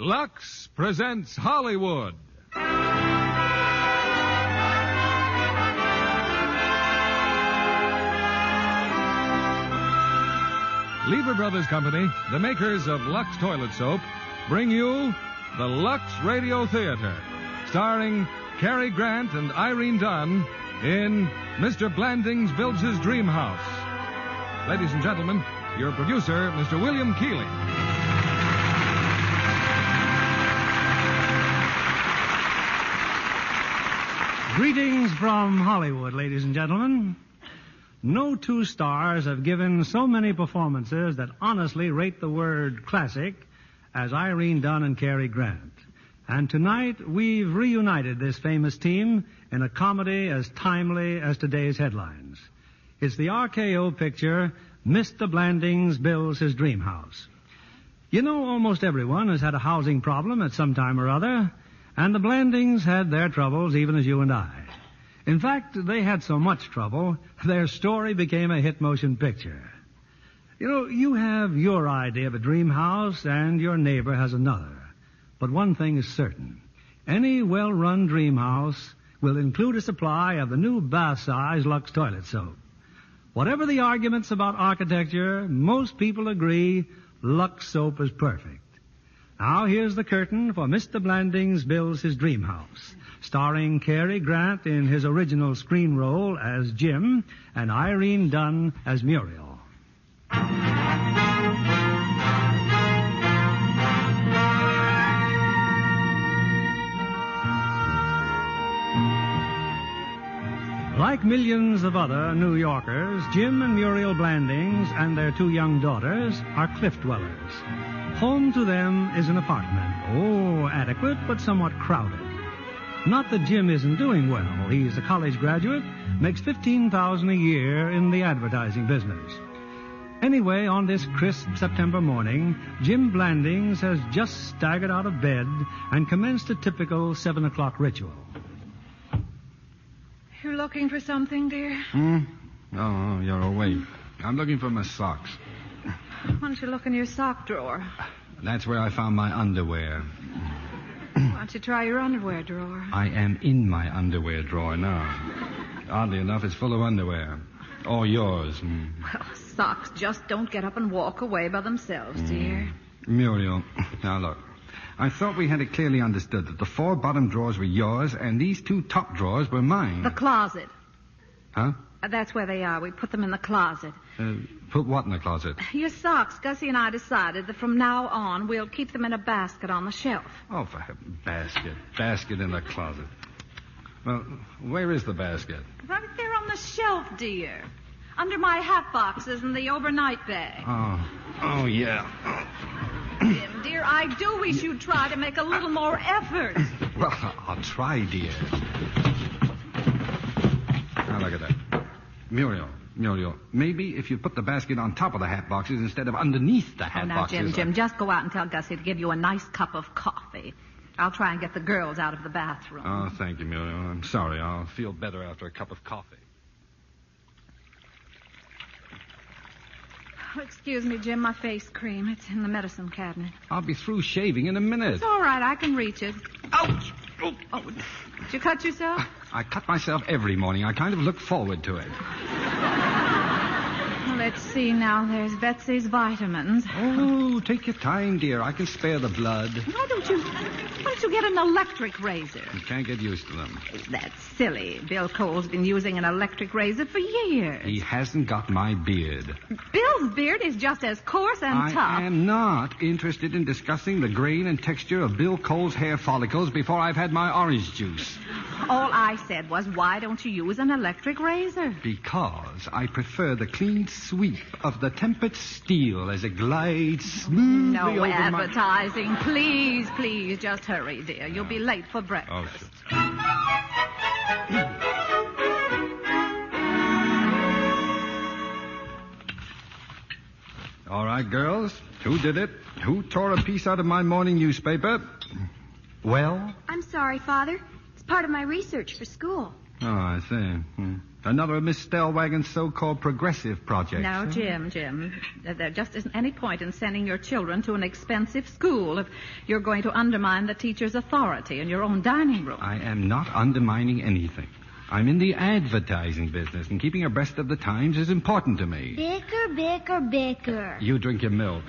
Lux presents Hollywood. Lever Brothers Company, the makers of Lux Toilet Soap, bring you the Lux Radio Theater, starring Cary Grant and Irene Dunn in Mr. Blandings Builds His Dream House. Ladies and gentlemen, your producer, Mr. William Keeley. Greetings from Hollywood, ladies and gentlemen. No two stars have given so many performances that honestly rate the word classic as Irene Dunn and Cary Grant. And tonight we've reunited this famous team in a comedy as timely as today's headlines. It's the RKO picture, Mr. Blandings Builds His Dream House. You know, almost everyone has had a housing problem at some time or other, and the Blandings had their troubles even as you and I. In fact, they had so much trouble, their story became a hit motion picture. You know, you have your idea of a dream house, and your neighbor has another. But one thing is certain. Any well-run dream house will include a supply of the new bath-size Lux toilet soap. Whatever the arguments about architecture, most people agree Lux soap is perfect. Now here's the curtain for Mr. Blandings Builds His Dream House, starring Cary Grant in his original screen role as Jim and Irene Dunn as Muriel. Like millions of other New Yorkers, Jim and Muriel Blandings and their two young daughters are cliff dwellers. Home to them is an apartment. Oh, adequate, but somewhat crowded. Not that Jim isn't doing well. He's a college graduate, makes 15000 a year in the advertising business. Anyway, on this crisp September morning, Jim Blandings has just staggered out of bed and commenced a typical 7 o'clock ritual. You're looking for something, dear? Hmm? Oh, you're awake. I'm looking for my socks. Why don't you look in your sock drawer? That's where I found my underwear. Why don't you try your underwear drawer? I am in my underwear drawer now. Oddly enough, it's full of underwear. All yours. Mm. Well, socks just don't get up and walk away by themselves, dear. Muriel, now look. I thought we had it clearly understood that the four bottom drawers were yours and these two top drawers were mine. The closet. Huh? Uh, That's where they are. We put them in the closet. Uh, put what in the closet? Your socks, Gussie and I decided that from now on we'll keep them in a basket on the shelf. Oh, for heaven. Basket. Basket in the closet. Well, where is the basket? Right there on the shelf, dear. Under my hat boxes and the overnight bag. Oh, oh, yeah. Jim, dear, I do wish you'd try to make a little more effort. Well, I'll try, dear. Now, look at that. Muriel, Muriel, maybe if you put the basket on top of the hat boxes instead of underneath the Oh, hat now, boxes. Jim, Jim, just go out and tell Gussie to give you a nice cup of coffee. I'll try and get the girls out of the bathroom. Uh. Oh, thank you, Muriel. I'm sorry. I'll feel better after a cup of coffee. Oh, Excuse me, Jim, my face cream. It's in the medicine cabinet. I'll be through shaving in a minute. It's all right, I can reach it. Ouch! Oh, Oh, did you cut yourself? I cut myself every morning. I kind of look forward to it. Well, there Let's see now. There's Betsy's vitamins. Oh, take your time, dear. I can spare the blood. Why don't you? Why don't you get an electric razor? You can't get used to them. That's silly. Bill Cole's been using an electric razor for years. He hasn't got my beard. Bill's beard is just as coarse and I tough. am not interested in discussing the grain and texture of Bill Cole's hair follicles before I've had my orange juice. All I said was, why don't you use an electric razor? Because I prefer the clean sweep of the tempered steel as it glides smoothly No over my... advertising. Please, please, just hurry, dear. You'll be late for breakfast. Oh, sure. All right, girls. Who did it? Who tore a piece out of my morning newspaper? Well? I'm sorry, Father. It's part of my research for school. Oh, I see. Hmm. Another of Miss Stellwagen's so-called progressive projects. Now, Jim, Jim, uh, there just isn't any point in sending your children to an expensive school if you're going to undermine the teacher's authority in your own dining room. I am not undermining anything. I'm in the advertising business, and keeping abreast of the times is important to me. Bicker, bicker, bicker. You drink your milk.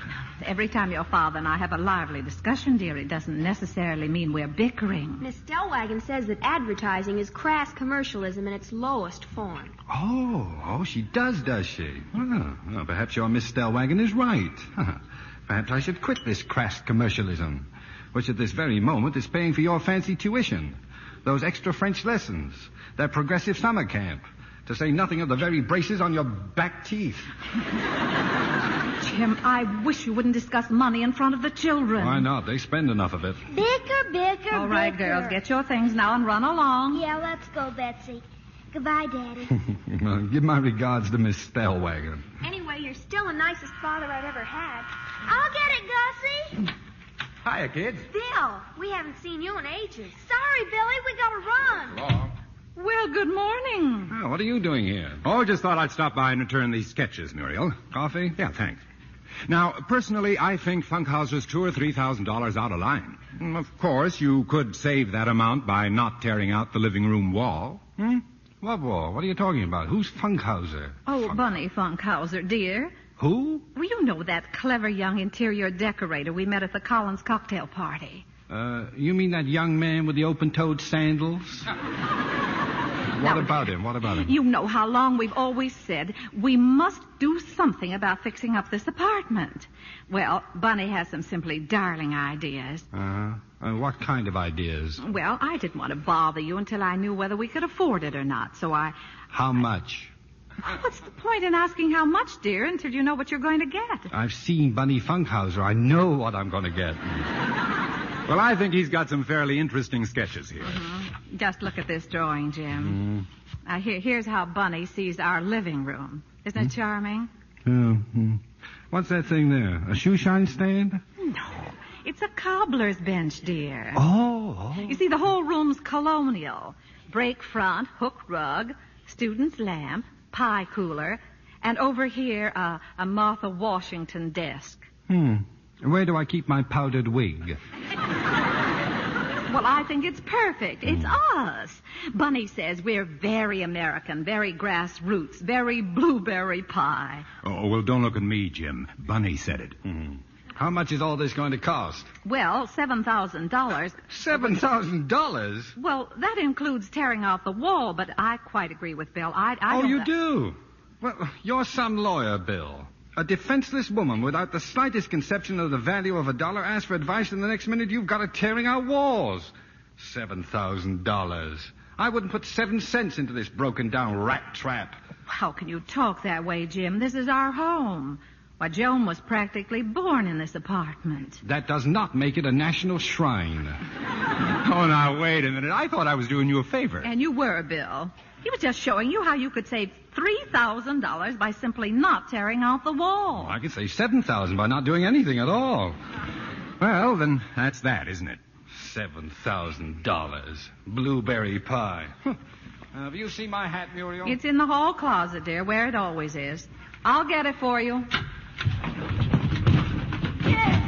Every time your father and I have a lively discussion, dear, it doesn't necessarily mean we're bickering. Miss Stellwagen says that advertising is crass commercialism in its lowest form. Oh, oh, she does, does she? Well, well, perhaps your Miss Stellwagen is right. perhaps I should quit this crass commercialism, which at this very moment is paying for your fancy tuition, those extra French lessons, that progressive summer camp, to say nothing of the very braces on your back teeth. Jim, I wish you wouldn't discuss money in front of the children. Why not? They spend enough of it. Bicker, bicker, All right, girls, get your things now and run along. Yeah, let's go, Betsy. Goodbye, Daddy. Well, Give my regards to Miss Stellwagen. anyway, you're still the nicest father I've ever had. I'll get it, Gussie. Hiya, kids. Bill, we haven't seen you in ages. Sorry, Billy, we gotta run. Well, good morning. Well, what are you doing here? Oh, just thought I'd stop by and return these sketches, Muriel. Coffee? Yeah, thanks. Now, personally, I think Funkhauser's two or three thousand dollars out of line. Mm, Of course, you could save that amount by not tearing out the living room wall. Hmm? What war? What are you talking about? Who's Funkhauser? Oh, Bunny Funkhauser, dear. Who? Well, you know that clever young interior decorator we met at the Collins cocktail party. Uh, you mean that young man with the open-toed sandals? what about him? What about him? You know how long we've always said we must do something about fixing up this apartment. Well, Bunny has some simply darling ideas. Uh, Uh-huh. uh, what kind of ideas? Well, I didn't want to bother you until I knew whether we could afford it or not, so I. How much? What's the point in asking how much, dear, until you know what you're going to get? I've seen Bunny Funkhauser. I know what I'm going to get. Well, I think he's got some fairly interesting sketches here. Just look at this drawing, Mm-hmm. Jim. Now, here, here's how Bunny sees our living room. Isn't Mm-hmm. it charming? Oh, Mm-hmm. hmm. What's that thing there? A shoe shine stand? No. It's a cobbler's bench, dear. Oh, oh. You see, the whole room's colonial. Break front, hook rug, student's lamp, pie cooler, and over here, uh, a Martha Washington desk. Hmm. Where do I keep my powdered wig? Well, I think it's perfect. It's Hmm. us. Bunny says we're very American, very grassroots, very blueberry pie. Oh, well, don't look at me, Jim. Bunny said it. Hmm. How much is all this going to cost? Well, $7,000. Seven thousand dollars. Well, that includes tearing out the wall, but I quite agree with Bill. I, I Oh, don't you thi- do? Well, you're some lawyer, Bill. A defenseless woman without the slightest conception of the value of a dollar asks for advice, and the next minute you've got her tearing out walls. Seven thousand dollars. I wouldn't put seven cents into this broken down rat trap. How can you talk that way, Jim? This is our home. Why, Joan was practically born in this apartment. That does not make it a national shrine. Oh, now, wait a minute. I thought I was doing you a favor. And you were, Bill. He was just showing you how you could save $3,000 by simply not tearing out the wall. I could say seven thousand by not doing anything at all. Well, then, that's that, isn't it? Seven thousand dollars. Blueberry pie. Huh. Uh, have you seen my hat, Muriel? It's in the hall closet, dear, where it always is. I'll get it for you. Jim!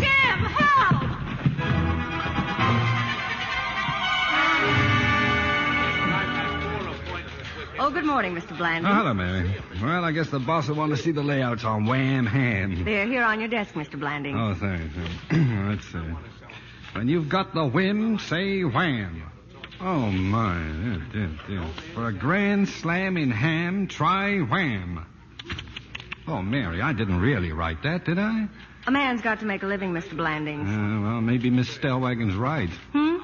Jim, help! Oh, good Good morning, Mr. Blandford. Oh, hello, Mary. Well, I guess the boss will want to see the layouts on Wham Hand. They're here on your desk, Mr. Blanding. Oh, thanks. Let's see. When you've got the whim, say wham. Oh, my. Dear, dear, dear. For a grand slam in ham, try wham. Oh, Mary, I didn't really write that, did I? A man's got to make a living, Mr. Blanding. Uh, well, maybe Miss Stellwagen's right. Hmm?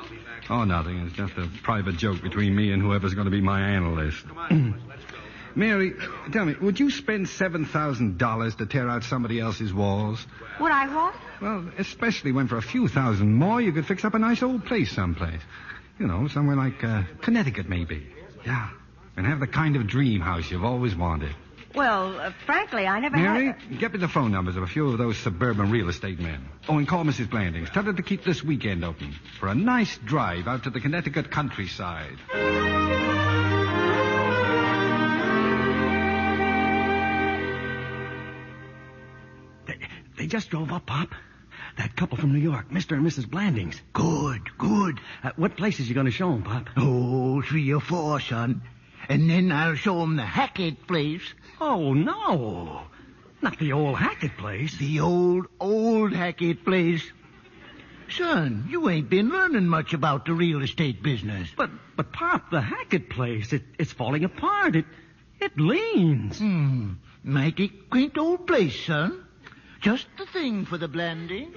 Oh, nothing. It's just a private joke between me and whoever's going to be my analyst. Mary, tell me, would you spend $7,000 to tear out somebody else's walls? Would I what? Well, especially when for a few thousand more you could fix up a nice old place someplace. You know, somewhere like uh, Connecticut, maybe. Yeah. And have the kind of dream house you've always wanted. Well, uh, frankly, I never Mary, had. get me the phone numbers of a few of those suburban real estate men. Oh, and call Mrs. Blandings. Tell her to keep this weekend open for a nice drive out to the Connecticut countryside. They, they just drove up, Pop. That couple from New York, Mr. and Mrs. Blandings. Good, good. Uh, what places you going to show them, Pop? Oh, three or four, son. And then I'll show 'em the Hackett place. Oh, no. Not the old Hackett place. The old, old Hackett place. Son, you ain't been learning much about the real estate business. But, but Pop, the Hackett place, it, it's falling apart. It, it leans. Hmm. Mighty quaint old place, son. Just the thing for the Blandings.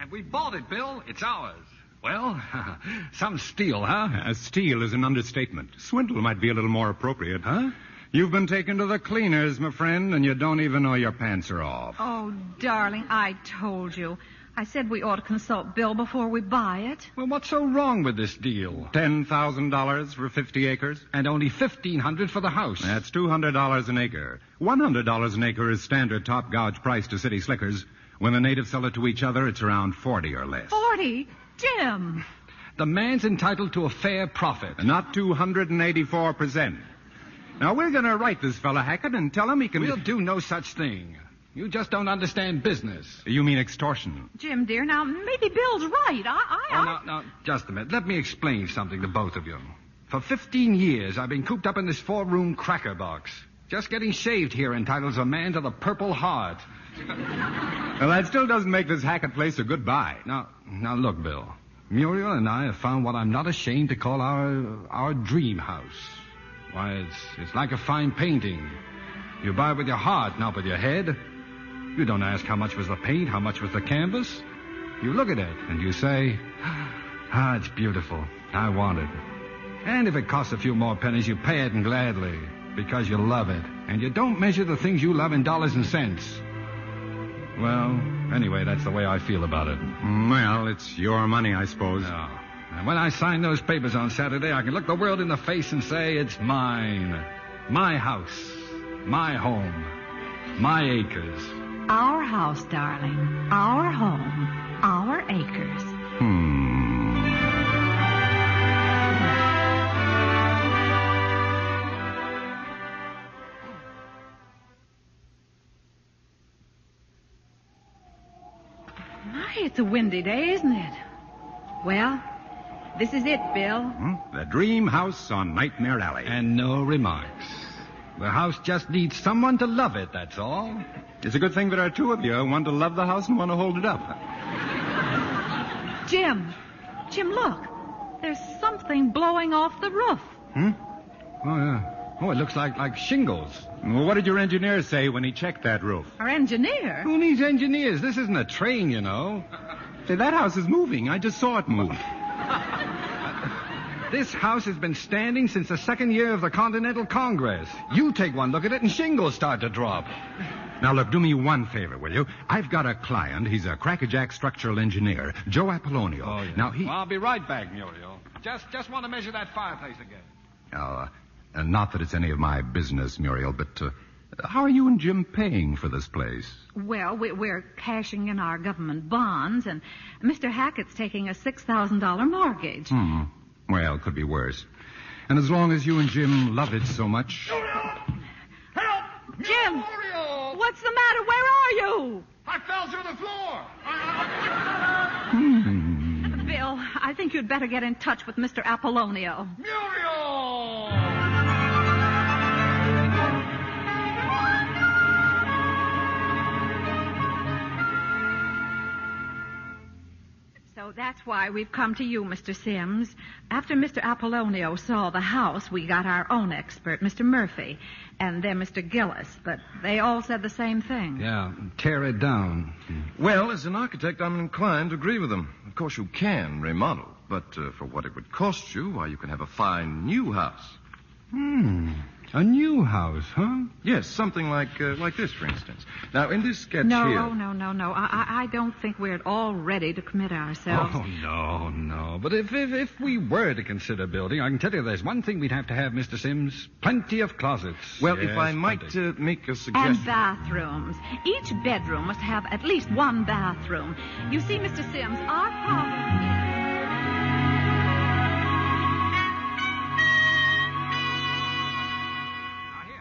And we bought it, Bill. It's ours. Well, some steal, huh? Uh, steal is an understatement. Swindle might be a little more appropriate. Huh? You've been taken to the cleaners, my friend, and you don't even know your pants are off. Oh, darling, I told you. I said we ought to consult Bill before we buy it. Well, what's so wrong with this deal? $10,000 for 50 acres? And only fifteen hundred for the house. That's $200 an acre. $100 an acre is standard top gouge price to city slickers. When the natives sell it to each other, it's around 40 or less. Forty? Jim! The man's entitled to a fair profit. Not 284%. Now, we're going to write this fella Hackett and tell him he can... We'll do no such thing. You just don't understand business. You mean extortion? Jim, dear, now maybe Bill's right. I, I, Oh, I... now, now, just a minute. Let me explain something to both of you. For 15 years, I've been cooped up in this four room cracker box. Just getting shaved here entitles a man to the Purple Heart. Well, that still doesn't make this Hackett place a good buy. Now, now look, Bill. Muriel and I have found what I'm not ashamed to call our our dream house. Why, it's it's like a fine painting. You buy with your heart, not with your head. You don't ask how much was the paint, how much was the canvas. You look at it and you say, "Ah, it's beautiful. I want it." And if it costs a few more pennies, you pay it and gladly because you love it. And you don't measure the things you love in dollars and cents. Well, anyway, that's the way I feel about it. Mm, Well, it's your money, I suppose. No. And when I sign those papers on Saturday, I can look the world in the face and say, it's mine. My house. My home. My acres. Our house, darling. Our home. Our acres. Hmm. My, it's a windy day, isn't it? Well, this is it, Bill. Hmm? The dream house on Nightmare Alley. And no remarks. The house just needs someone to love it, that's all. it's a good thing there are two of you, one to love the house and one to hold it up. Jim, Jim, look. There's something blowing off the roof. Hmm? Oh, yeah. Oh, it looks like, like shingles. Well, what did your engineer say when he checked that roof? Our engineer. Who needs engineers? This isn't a train, you know. Say, that house is moving. I just saw it move. This house has been standing since the second year of the Continental Congress. You take one look at it and shingles start to drop. Now, look, do me one favor, will you? I've got a client. He's a crackerjack structural engineer, Joe Apollonio. Now, he. Oh, Well, I'll be right back, Muriel. Just, just want to measure that fireplace again. Oh, Now, uh, uh, not that it's any of my business, Muriel, but uh, how are you and Jim paying for this place? Well, we, we're cashing in our government bonds, and Mr. Hackett's taking a $6,000 mortgage. Hmm. Well, could be worse. And as long as you and Jim love it so much. Jim! Help! What's the matter? Where are you? I fell through the floor. Bill, I think you'd better get in touch with Mr. Apollonio. So that's why we've come to you, Mr. Sims. After Mr. Apollonio saw the house, we got our own expert, Mr. Murphy, and then Mr. Gillis, but they all said the same thing. Yeah, tear it down. Well, as an architect, I'm inclined to agree with them. Of course, you can remodel, but uh, for what it would cost you, why, you can have a fine new house. Hmm. A new house, huh? Yes, something like uh, like this, for instance. Now, in this sketch no, here. oh, no, no, no. I, I, I don't think we're at all ready to commit ourselves. Oh, no, no. But if, if, if we were to consider building, I can tell you there's one thing we'd have to have, Mr. Sims plenty of closets. Well, if Yes, I might uh, make a suggestion. And bathrooms. Each bedroom must have at least one bathroom. You see, Mr. Sims, our problem is.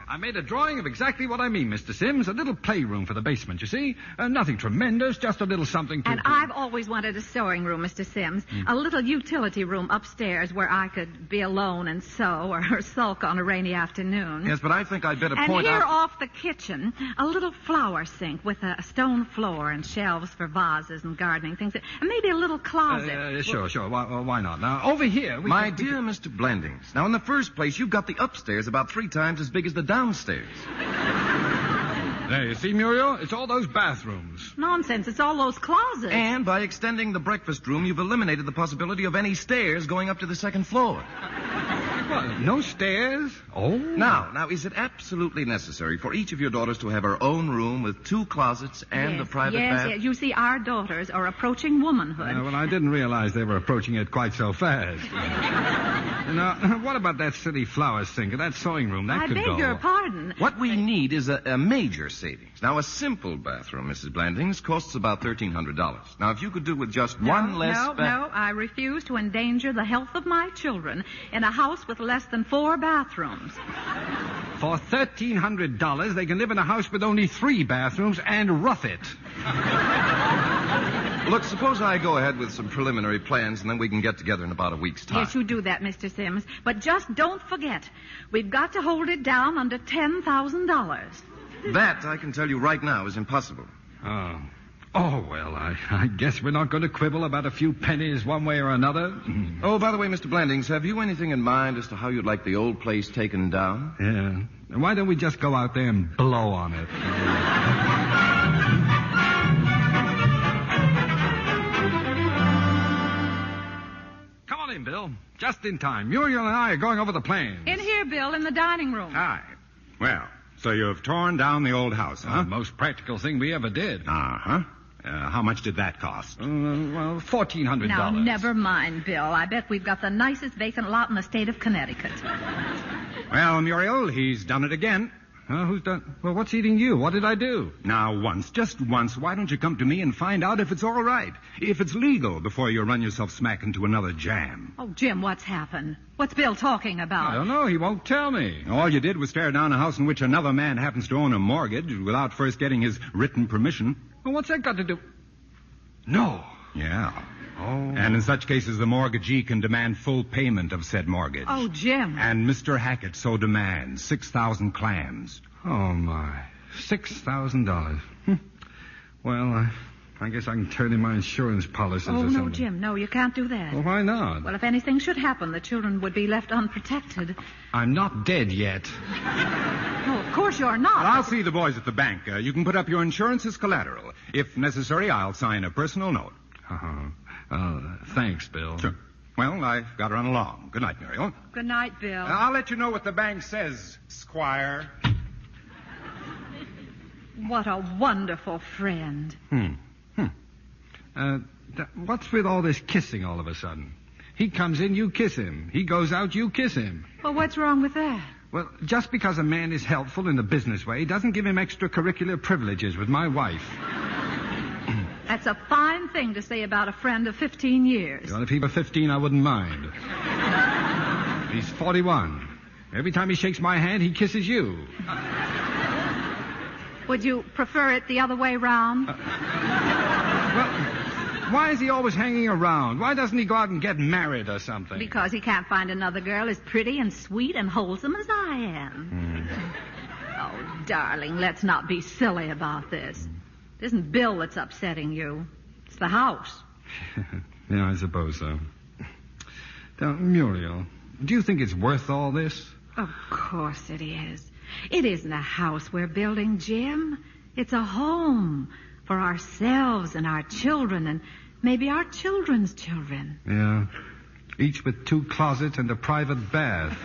I made a drawing of exactly what I mean, Mr. Sims. A little playroom for the basement, you see? Uh, nothing tremendous, just a little something to. And I've always wanted a sewing room, Mr. Sims. Mm. A little utility room upstairs where I could be alone and sew or, or sulk on a rainy afternoon. Yes, but I think I'd better and point here out. off the kitchen, a little flower sink with a stone floor and shelves for vases and gardening things. And maybe a little closet. Uh, sure, sure. Why, uh, why not? Now, over here. We My could- dear Mr. Blandings, now in the first place, you've got the upstairs about three times as big as the downstairs. There, you see, Muriel? It's all those bathrooms. Nonsense. It's all those closets. And by extending the breakfast room, you've eliminated the possibility of any stairs going up to the second floor. no stairs? Oh. Now, now, is it absolutely necessary for each of your daughters to have her own room with two closets and yes, a private yes, bath? Yes, you see, our daughters are approaching womanhood. Uh, well, I didn't realize they were approaching it quite so fast. now, what about that silly flower sink, that sewing room? That I could beg go. your pardon. What we need is a, a major savings. Now, a simple bathroom, Mrs. Blandings, costs about $1,300. Now, if you could do with just one less no, ba- no, I refuse to endanger the health of my children in a house with less than four bathrooms. Ah. For thirteen hundred dollars, they can live in a house with only three bathrooms and rough it. Look, suppose I go ahead with some preliminary plans, and then we can get together in about a week's time. Yes, you do that, Mr. Sims. But just don't forget, we've got to hold it down under ten thousand dollars. That, I can tell you right now, is impossible. Oh. Oh, well, I, I guess we're not going to quibble about a few pennies one way or another. Oh, by the way, Mr. Blandings, have you anything in mind as to how you'd like the old place taken down? Yeah. Why don't we just go out there and blow on it? Come on in, Bill. Just in time. Muriel and I are going over the plan. In here, Bill, in the dining room. Ah, Aye. Well, so you've torn down the old house, huh? most practical thing we ever did. Uh-huh. Uh, how much did that cost? Uh, well, fourteen hundred Now, never mind, Bill. I bet we've got the nicest vacant lot in the state of Connecticut. Well, Muriel, he's done it again. Huh? Who's done? Well, what's eating you? What did I do? Now, once, just once, why don't you come to me and find out if it's all right, if it's legal, before you run yourself smack into another jam? Oh, Jim, what's happened? What's Bill talking about? don't know. He won't tell me. All you did was tear down a house in which another man happens to own a mortgage without first getting his written permission. Well, what's that got to do? No. Yeah. Oh. And in such cases, the mortgagee can demand full payment of said mortgage. Oh, Jim. And Mr. Hackett so demands 6,000 clams. Oh, my. Six thousand dollars. Hmm. Well, I, I guess I can turn in my insurance policies Oh, or no, something. Jim, no, you can't do that. Well, why not? Well, if anything should happen, the children would be left unprotected. I'm not dead yet. No, of course you're not. Well, I'll see the boys at the bank. Uh, you can put up your insurance as collateral. If necessary, I'll sign a personal note. Uh-huh. Uh, thanks, Bill. Sure. Well, I've got to run along. Good night, Muriel. Good night, Bill. Ah. I'll let you know what the bank says, Squire. What a wonderful friend. Hmm. Hmm. Uh, th- what's with all this kissing all of a sudden? He comes in, you kiss him. He goes out, you kiss him. Well, what's wrong with that? Well, just because a man is helpful in a business way doesn't give him extracurricular privileges with my wife. That's a fine thing to say about a friend of 15 years. Well, if he were 15, I wouldn't mind. He's 41. Every time he shakes my hand, he kisses you. Would you prefer it the other way round? Why is he always hanging around? Why doesn't he go out and get married or something? because he can't find another girl as pretty and sweet and wholesome as I am. Hmm. Oh, darling, let's not be silly about this. It isn't Bill that's upsetting you. It's the house. Yeah, I suppose so. Now, Muriel, do you think it's worth all this? Of course it is. It isn't a house we're building, Jim. It's a home for ourselves and our children and maybe our children's children. Yeah. Each with two closets and a private bath.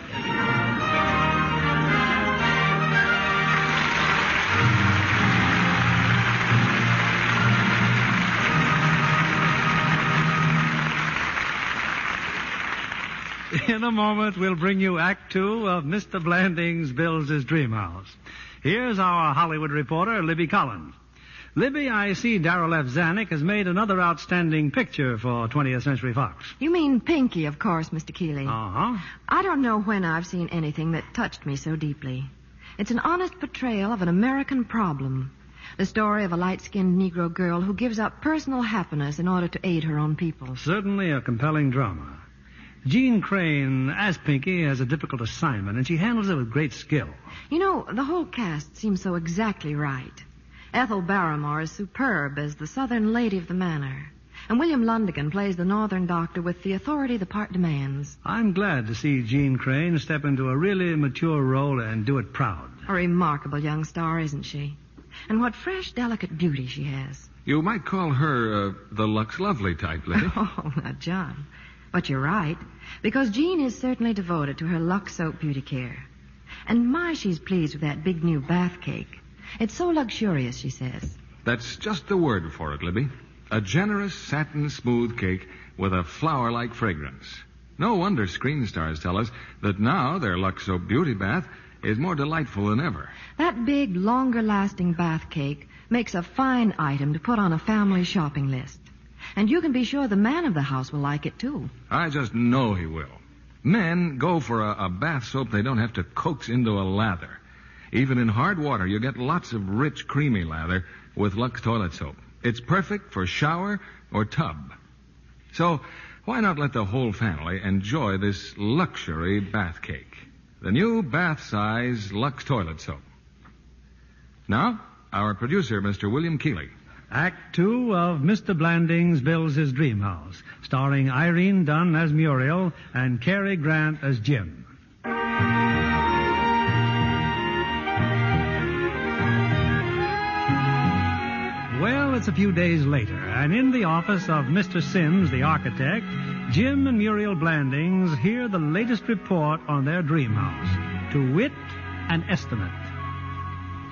In a moment, we'll bring you Act Two of Mr. Blandings Builds His Dream House. Here's our Hollywood reporter, Libby Collins. Libby, I see Darrell F. Zanuck has made another outstanding picture for 20th Century Fox. You mean Pinky, of course, Mr. Keeley. Uh huh. I don't know when I've seen anything that touched me so deeply. It's an honest portrayal of an American problem. The story of a light skinned Negro girl who gives up personal happiness in order to aid her own people. Certainly a compelling drama. Jean Crane, as Pinky, has a difficult assignment, and she handles it with great skill. You know, the whole cast seems so exactly right. Ethel Barrymore is superb as the southern lady of the manor, and William Lundigan plays the northern doctor with the authority the part demands. I'm glad to see Jean Crane step into a really mature role and do it proud. A remarkable young star, isn't she? And what fresh, delicate beauty she has. You might call her uh, the Lux Lovely type, Libby. Oh, now, John. But you're right, because Jean is certainly devoted to her Lux Soap beauty care. And my, she's pleased with that big new bath cake. It's so luxurious, she says. That's just the word for it, Libby. A generous satin smooth cake with a flower like fragrance. No wonder screen stars tell us that now their Lux Soap Beauty Bath is more delightful than ever. That big, longer lasting bath cake makes a fine item to put on a family shopping list. And you can be sure the man of the house will like it, too. I just know he will. Men go for a, a bath soap they don't have to coax into a lather. Even in hard water, you get lots of rich, creamy lather with Lux toilet soap. It's perfect for shower or tub. So, why not let the whole family enjoy this luxury bath cake? The new bath size Lux toilet soap. Now, our producer, Mr. William Keeley. Act two of Mr. Blandings Builds His Dream House, starring Irene Dunn as Muriel and Cary Grant as Jim. Well, it's a few days later, and in the office of Mr. Sims, the architect, Jim and Muriel Blandings hear the latest report on their dream house. To wit, an estimate.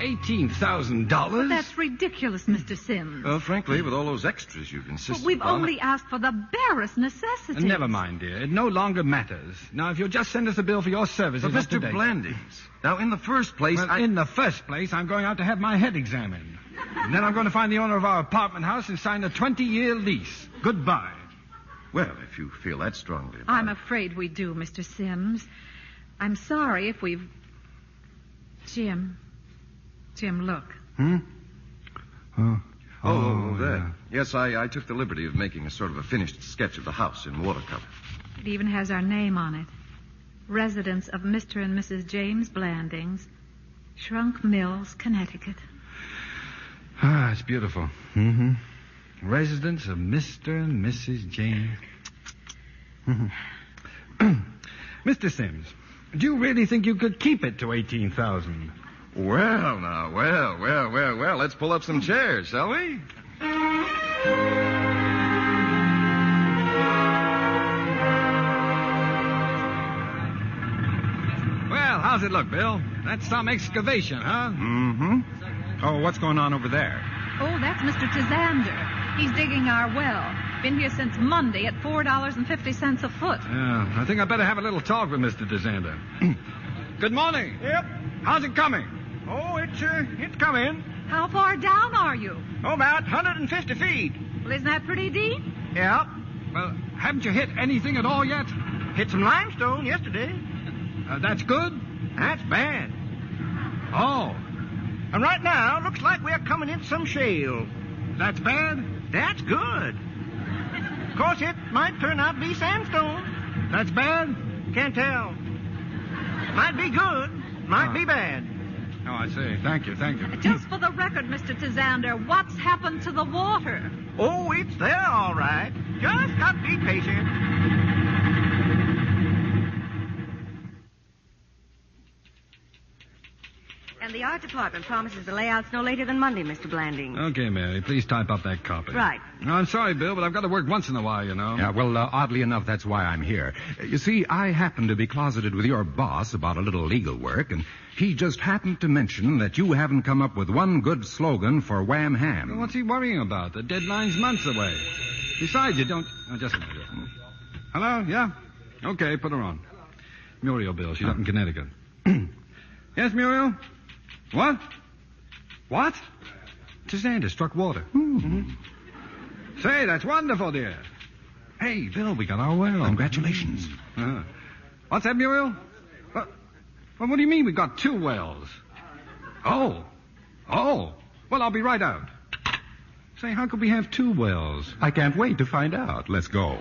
Eighteen thousand Well, dollars? that's ridiculous, Hmm. Mr. Sims. Well, frankly, with all those extras you've insisted But we've upon, only asked for the barest necessities. Never mind, dear. It no longer matters. Now, if you'll just send us a bill for your services. But Mr. Blandings, now in the first place, Well, I- in the first place, I'm going out to have my head examined. and then I'm going to find the owner of our apartment house and sign a 20 year lease. Goodbye. Well, if you feel that strongly. I'm afraid we do, Mr. Sims. I'm sorry if we've. Jim. Jim, look. Hmm? Oh, oh, that. Yes, I, I took the liberty of making a sort of a finished sketch of the house in watercolor. It even has our name on it. Residence of Mr. and Mrs. James Blandings, Shrunk Mills, Connecticut. Ah, it's beautiful. Mm-hmm. Residence of Mr. and Mrs. James. Mm-hmm. Mr. Sims, do you really think you could keep it to 18,000? Well, now, well, well, well, well, let's pull up some chairs, shall we? Well, how's it look, Bill? That's some excavation, huh? Mm-hmm. Oh, what's going on over there? Oh, that's Mr. Tizander. He's digging our well. Been here since Monday at $4.50 a foot. Yeah, I think I better have a little talk with Mr. DeSander. Good morning. Yep. How's it coming? Oh, it's uh, it's coming. How far down are you? Oh, about 150 feet. Well, isn't that pretty deep? Yeah. Well, haven't you hit anything at all yet? Hit some limestone yesterday. Uh, that's good? That's bad. Oh. And right now, looks like we're coming into some shale. That's bad? That's good. Of course, it might turn out to be sandstone. That's bad? Can't tell. Might be good, might be bad. Oh, I see. Thank you, thank you. Just for the record, Mr. Tizander, what's happened to the water? Oh, it's there, all right. Just got to be patient. And the art department promises the layouts no later than Monday, Mr. Blanding. Okay, Mary, please type up that copy. Right. No, I'm sorry, Bill, but I've got to work once in a while, you know. Yeah, well, uh, oddly enough, that's why I'm here. Uh, You see, I happened to be closeted with your boss about a little legal work, and he just happened to mention that you haven't come up with one good slogan for Wham Ham. What's he worrying about? The deadline's months away. Besides, you don't. Oh, just a minute. Hello? Yeah? Okay, put her on. Muriel Bill. She's up in Connecticut. yes, Muriel? What? What? Tisander struck water. Hmm. Mm-hmm. Mhm. Say, that's wonderful, dear. Hey, Bill, we got our well. Congratulations. Uh, what's that, Muriel? What, well, what do you mean we got two wells? Oh. Oh. Well, I'll be right out. Say, how could we have two wells? I can't wait to find out. Let's go.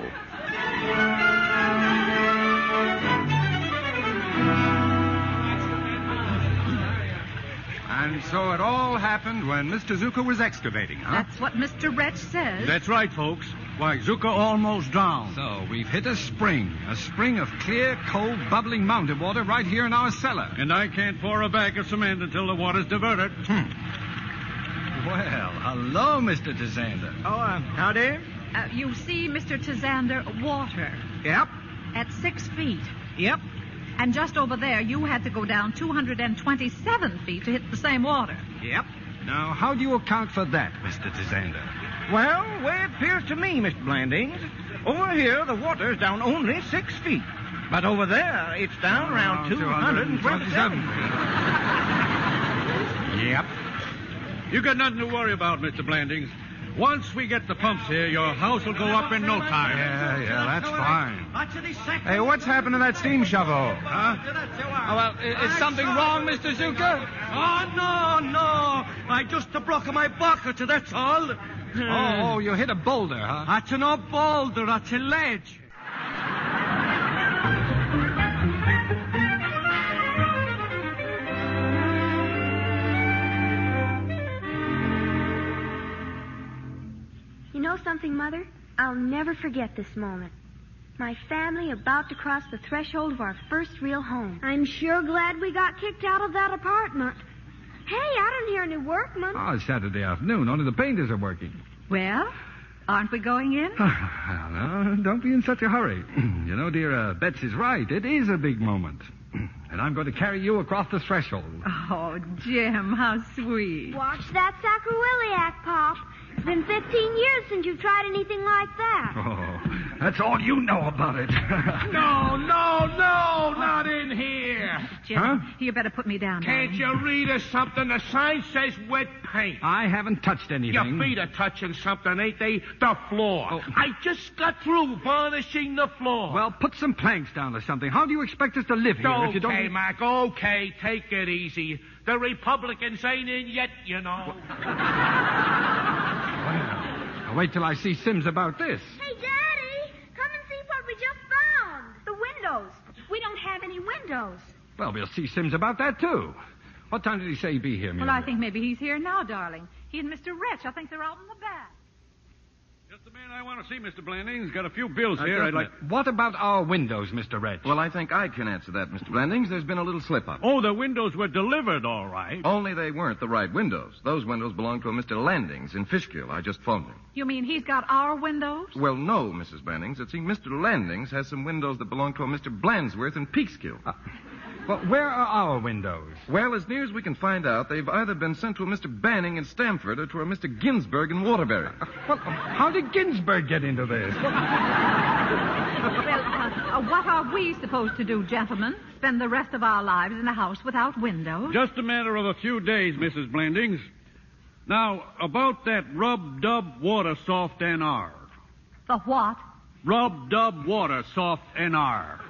And so it all happened when Mr. Zucker was excavating, huh? That's what Mr. Wretch says. That's right, folks. Why, Zucker almost drowned. So we've hit a spring, a spring of clear, cold, bubbling mountain water right here in our cellar. And I can't pour a bag of cement until the water's diverted. Hmm. Well, hello, Mr. DeSander. Oh, uh, howdy. Uh, you see, Mr. Tizander, water Yep, at six feet. yep. And just over there, you had to go down 227 feet to hit the same water. Yep. Now, how do you account for that, Mr. DeSander? Well, way it appears to me, Mr. Blandings, over here the water's down only six feet. But over there, it's down Oh, around 227 feet. Yep. You got nothing to worry about, Mr. Blandings. Once we get the pumps here, your house will go up in no time. Yeah, yeah, that's fine. Hey, what's happened to that steam shovel? Oh, well, i- is something wrong, Mr. Zucker? Oh, no, no. I just broke my bucket, that's all. Oh, oh, you hit a boulder, huh? That's no boulder, that's a ledge. You know something, Mother? I'll never forget this moment. My family about to cross the threshold of our first real home. I'm sure glad we got kicked out of that apartment. Hey, I don't hear any workmen. Oh, it's Saturday afternoon. Only the painters are working. Well, aren't we going in? no, uh, don't be in such a hurry. you know, dear, uh, Betts is right. It is a big moment. and I'm going to carry you across the threshold. Oh, Jim, how sweet. Watch that sacroiliac, Pop. It's been 15 years since you've tried anything like that. Oh, that's all you know about it. No, no, no, not in here. Jim, you better put me down. Can't darling. you read us something? The sign says wet paint. I haven't touched Your anything. Oh. feet are touching something, ain't they? The floor. I just got through varnishing the floor. Well, put some planks down or something. How do you expect us to live here if okay, you don't? Mac, okay, take it easy. The Republicans ain't in yet, you know. Now, Wait till I see Sims about this. Hey, Daddy, come and see what we just found. The windows. We don't have any windows. Well, we'll see Sims about that too. What time did he say he'd be here, Well, Muriel? I think maybe he's here now, darling. He and Mr. Wretch, I think they're out in the back. Just the man I want to see, Mr. Blandings. Got a few bills Uh, here. just I'd a like. minute. What about our windows, Mr. Red? Well, I think I can answer that, Mr. Blandings. There's been a little slip up. Oh, the windows were delivered, all right. Only they weren't the right windows. Those windows belong to a Mr. Landings in Fishkill. I just phoned him. You mean he's got our windows? Well, no, Mrs. Blandings. It seems Mr. Landings has some windows that belong to a Mr. Blandsworth in Peekskill. Well, where are our windows? Well, as near as we can find out, they've either been sent to a Mr. Banning in Stamford or to a Mr. Ginsburg in Waterbury. Well, how did Ginsburg get into this? Well, uh, uh, what are we supposed to do, gentlemen? Spend the rest of our lives in a house without windows? Just a matter of a few days, Mrs. Blandings. Now, about that rub dub water soft NR. The what? Rub dub water soft NR.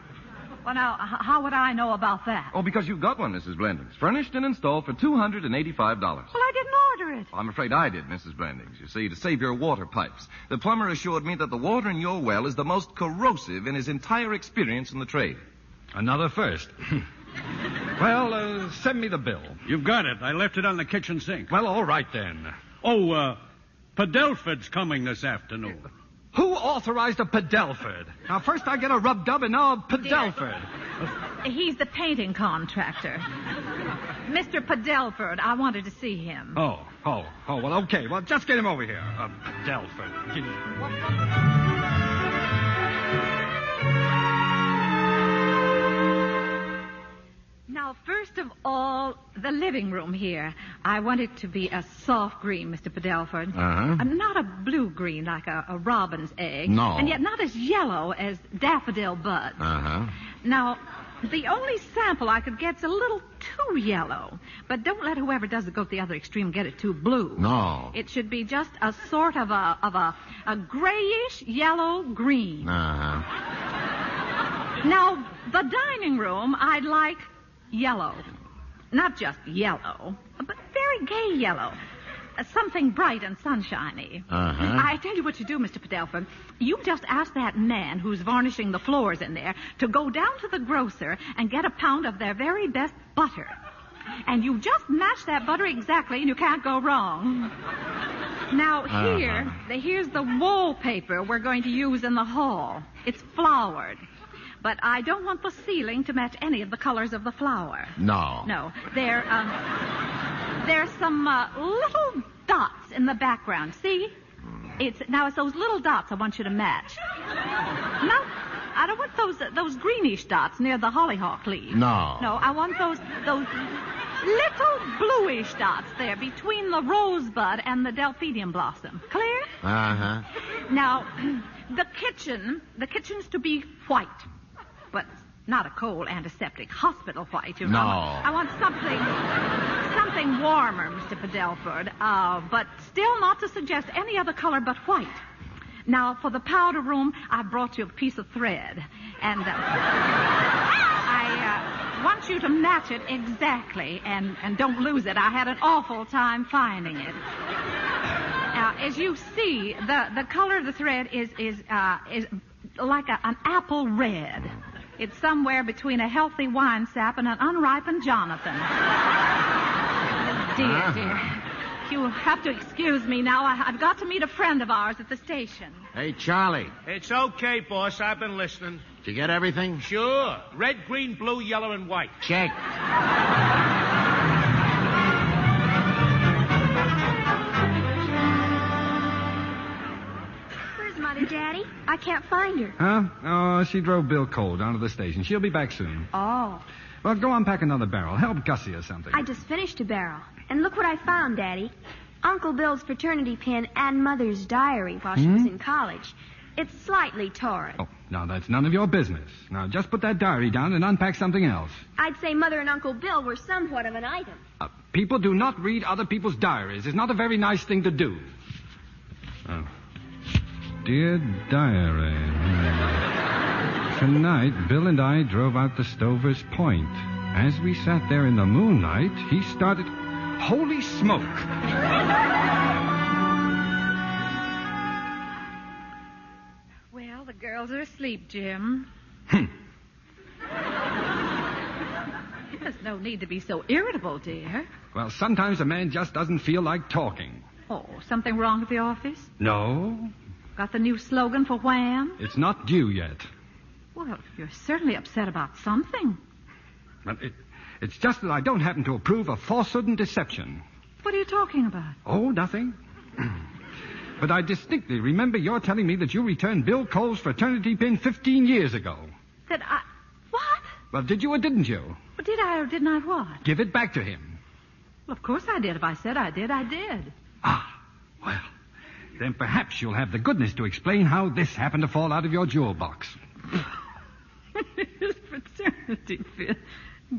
Well, now, h- how would I know about that? Oh, because you've got one, Mrs. Blandings. Furnished and installed for $285. Well, I didn't order it. I'm afraid I did, Mrs. Blandings. You see, to save your water pipes. The plumber assured me that the water in your well is the most corrosive in his entire experience in the trade. Another first. well, uh, send me the bill. You've got it. I left it on the kitchen sink. Well, all right then. Oh, uh, Padelford's coming this afternoon. Who authorized a Padelford? Now, first I get a rub dub and now a Padelford. He's the painting contractor. Mr. Padelford, I wanted to see him. Oh, oh, oh, well, okay. Well, just get him over here. Uh, Padelford. Gee. Now, first of all, the living room here. I want it to be a soft green, Mr. Padelford. Uh-huh. Uh, Not a blue green like a, a robin's egg. No. And yet not as yellow as daffodil buds. Uh Uh-huh. huh. Now, the only sample I could get's a little too yellow. But don't let whoever does it go to the other extreme get it too blue. No. It should be just a sort of a of a a grayish yellow green. Uh Uh-huh. huh. Now, the dining room I'd like yellow. Not just yellow, but very gay yellow. Uh, Something bright and sunshiny. Uh-huh. I tell you what you do, Mr. Padelford. You just ask that man who's varnishing the floors in there to go down to the grocer and get a pound of their very best butter. And you just match that butter exactly, and you can't go wrong. Now Uh-huh. here, the- here's the wallpaper we're going to use in the hall. It's flowered, but I don't want the ceiling to match any of the colors of the flower. No. No, there, um, there's some uh, little dots in the background. See? It's now it's those little dots I want you to match. No, I don't want those those greenish dots near the hollyhock leaves. No. No, I want those those little bluish dots there between the rosebud and the delphinium blossom. Clear? Uh huh. Uh-huh. Now, the kitchen, the kitchen's to be white, but not a cold antiseptic hospital white, you know. No. I want something, something warmer, Mr. Padelford, uh, but still not to suggest any other color but white. Now, for the powder room, I brought you a piece of thread, and uh, I uh, want you to match it exactly, and, and don't lose it. I had an awful time finding it. Now, as you see, the, the color of the thread is is uh, is like a, an apple red. It's somewhere between a healthy wine sap and an unripened Jonathan. Ah. dear, dear. You'll have to excuse me now. I, I've got to meet a friend of ours at the station. Hey, Charlie, It's okay, boss. I've been listening. did you get everything? Sure. Red, green, blue, yellow, and white. Check. Where's Mother, Daddy? I can't find her. Huh? Oh, she drove Bill Cole down to the station. She'll be back soon. Oh. Well, go unpack another barrel. Help Gussie or something. I just finished a barrel. And look what I found, Daddy. Uncle Bill's fraternity pin and Mother's diary while she Hmm? was in college. It's slightly torrid. Oh, now that's none of your business. Now just put that diary down and unpack something else. I'd say Mother and Uncle Bill were somewhat of an item. People do not read other people's diaries. It's not a very nice thing to do. Oh. Dear diary. Hmm. Tonight, Bill and I drove out to Stover's Point. As we sat there in the moonlight, he started. Holy smoke! Well, the girls are asleep, Jim. There's no need to be so irritable, dear. Well, sometimes a man just doesn't feel like talking. Oh, something wrong at the office? No, Got the new slogan for Wham? it's not due yet. Well, you're certainly upset about something. But it, it's just that I don't happen to approve of falsehood and deception. What are you talking about? Oh, nothing. but I distinctly remember your telling me that you returned Bill Cole's fraternity pin 15 years ago. That I. What? Well, did you or didn't you? Well, Did I or didn't I what? Give it back to him. Well, of course I did. If I said I did, I did. Then perhaps you'll have the goodness to explain how this happened to fall out of your jewel box. His fraternity pin.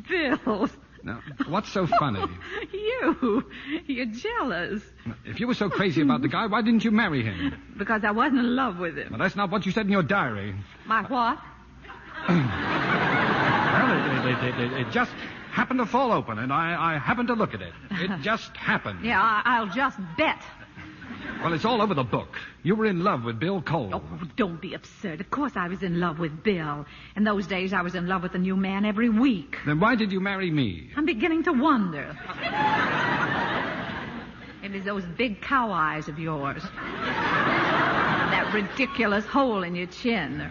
Bills. Now, what's so funny? You. You're jealous. If you were so crazy about the guy, why didn't you marry him? Because I wasn't in love with him. Well, that's not what you said in your diary. My what? It, it, it, it just happened to fall open, and I, I happened to look at it. It just happened. Yeah, I- I'll just bet. Well, it's all over the book. You were in love with Bill Cole. Oh, don't be absurd. Of course I was in love with Bill. In those days, I was in love with a new man every week. Then why did you marry me? I'm beginning to wonder. it is those big cow eyes of yours. that ridiculous hole in your chin.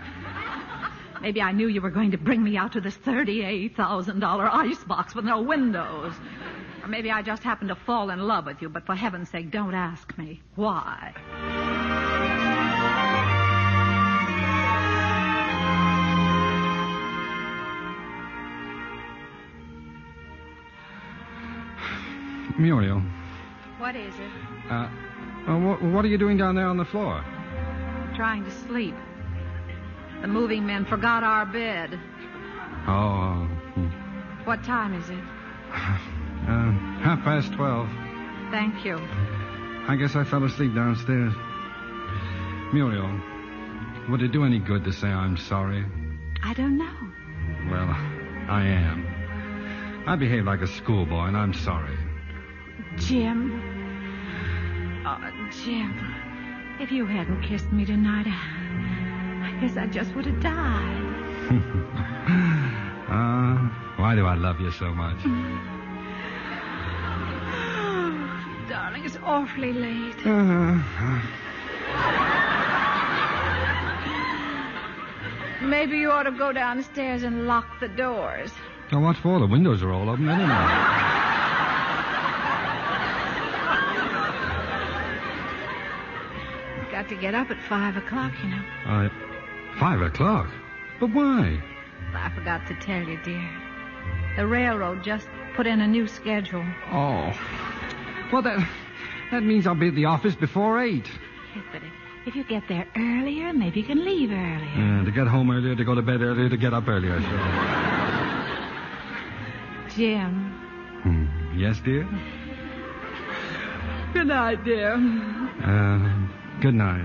Maybe I knew you were going to bring me out to this $38,000 icebox with no windows. Or maybe I just happened to fall in love with you, but for heaven's sake, don't ask me why. Muriel, What is it? uh, uh, wh- what are you doing down there on the floor? Trying to sleep. The moving men forgot our bed. Oh, What time is it? uh, half past twelve. Thank you. I guess I fell asleep downstairs. Muriel, would it do any good to say I'm sorry? I don't know. Well, I am. I behaved like a schoolboy, and I'm sorry. Jim. Oh, Jim. If you hadn't kissed me tonight, I I guess I just would have died. Uh, why do I love you so much? Darling, it's awfully late. Uh-huh. Maybe you ought to go downstairs and lock the doors. Now, what for? The windows are all open anyway. Got to get up at five o'clock, you know. Uh, five o'clock. But why? I forgot to tell you, dear. The railroad just put in a new schedule. Oh. Well, that, that means I'll be at the office before eight. Yes, but if- if you get there earlier, maybe you can leave earlier. Yeah, Uh, to get home earlier, to go to bed earlier, to get up earlier. So. Jim. Yes, dear? Good night, dear. Uh, good night.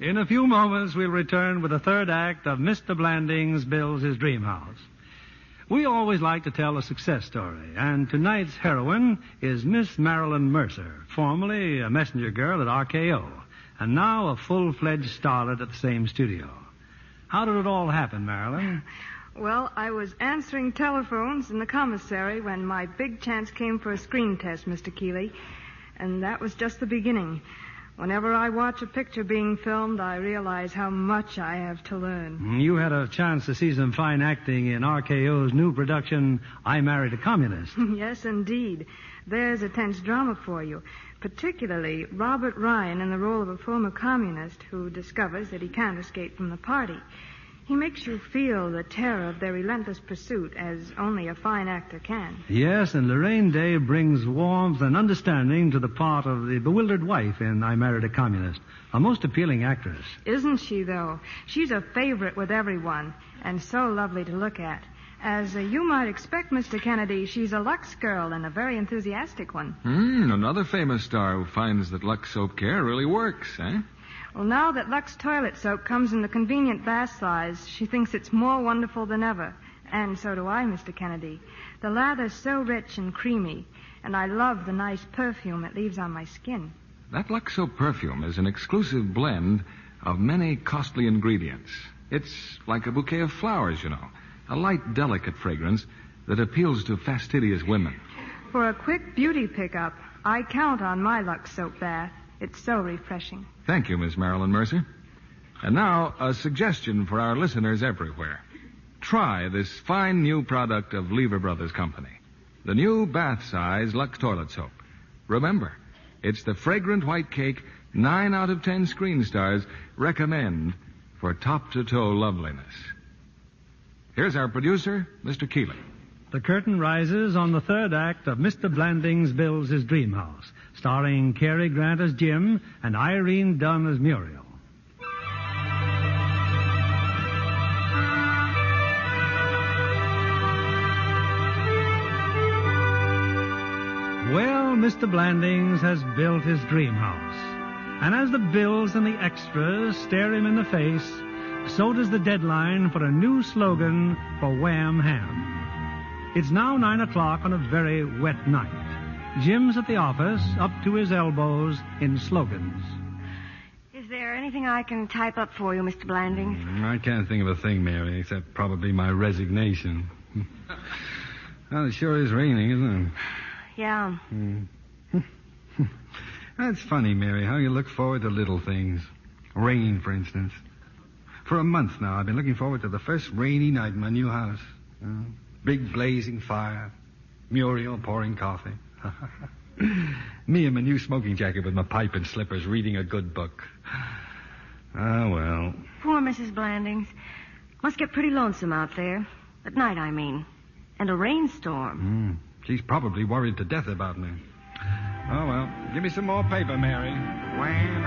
In a few moments, we'll return with the third act of Mr. Blandings Builds His Dream House. We always like to tell a success story, and tonight's heroine is Miss Marilyn Mercer, formerly a messenger girl at RKO, and now a full fledged starlet at the same studio. How did it all happen, Marilyn? Well, I was answering telephones in the commissary when my big chance came for a screen test, Mr. Keeley. And that was just the beginning. Whenever I watch a picture being filmed, I realize how much I have to learn. You had a chance to see some fine acting in RKO's new production, I Married a Communist. yes, indeed. There's a tense drama for you. Particularly Robert Ryan in the role of a former communist who discovers that he can't escape from the party. He makes you feel the terror of their relentless pursuit as only a fine actor can. Yes, and Lorraine Day brings warmth and understanding to the part of the bewildered wife in I Married a Communist, a most appealing actress. Isn't she, though? She's a favorite with everyone, and so lovely to look at. As uh, you might expect, Mr. Kennedy, she's a Lux girl and a very enthusiastic one. Hmm, another famous star who finds that Lux Soap Care really works, eh? Well, now that Lux toilet soap comes in the convenient bath size, she thinks it's more wonderful than ever. And so do I, Mr. Kennedy. The lather's so rich and creamy, and I love the nice perfume it leaves on my skin. That Lux Soap perfume is an exclusive blend of many costly ingredients. It's like a bouquet of flowers, you know, a light, delicate fragrance that appeals to fastidious women. For a quick beauty pickup, I count on my Lux soap bath. It's so refreshing. Thank you, Miss Marilyn Mercer. And now, a suggestion for our listeners everywhere. Try this fine new product of Lever Brothers Company. The new bath size Lux Toilet Soap. Remember, It's the fragrant white cake, nine out of ten screen stars recommend for top to toe loveliness. Here's our producer, Mr. Keeley. The curtain rises on the third act of Mr. Blandings Builds His Dream House, starring Cary Grant as Jim and Irene Dunn as Muriel. Well, Mr. Blandings has built his dream house. And as the bills and the extras stare him in the face, so does the deadline for a new slogan for Wham Ham. It's now nine o'clock on a very wet night. Jim's at the office, up to his elbows in slogans. Is there anything I can type up for you, Mr. Blandings? I can't think of a thing, Mary, except probably my resignation. well, it sure is raining, isn't Yeah. it? Hmm. That's funny, Mary, how you look forward to little things. Rain, for instance. For a month now, I've been looking forward to the first rainy night in my new house. Uh, big blazing fire, Muriel pouring coffee. Me in my new smoking jacket with my pipe and slippers reading a good book. Ah, well. Poor Mrs. Blandings. Must get pretty lonesome out there. At night, I mean. And a rainstorm. Hmm. She's probably worried to death about me. Oh, well. Give me some more paper, Mary. Wham,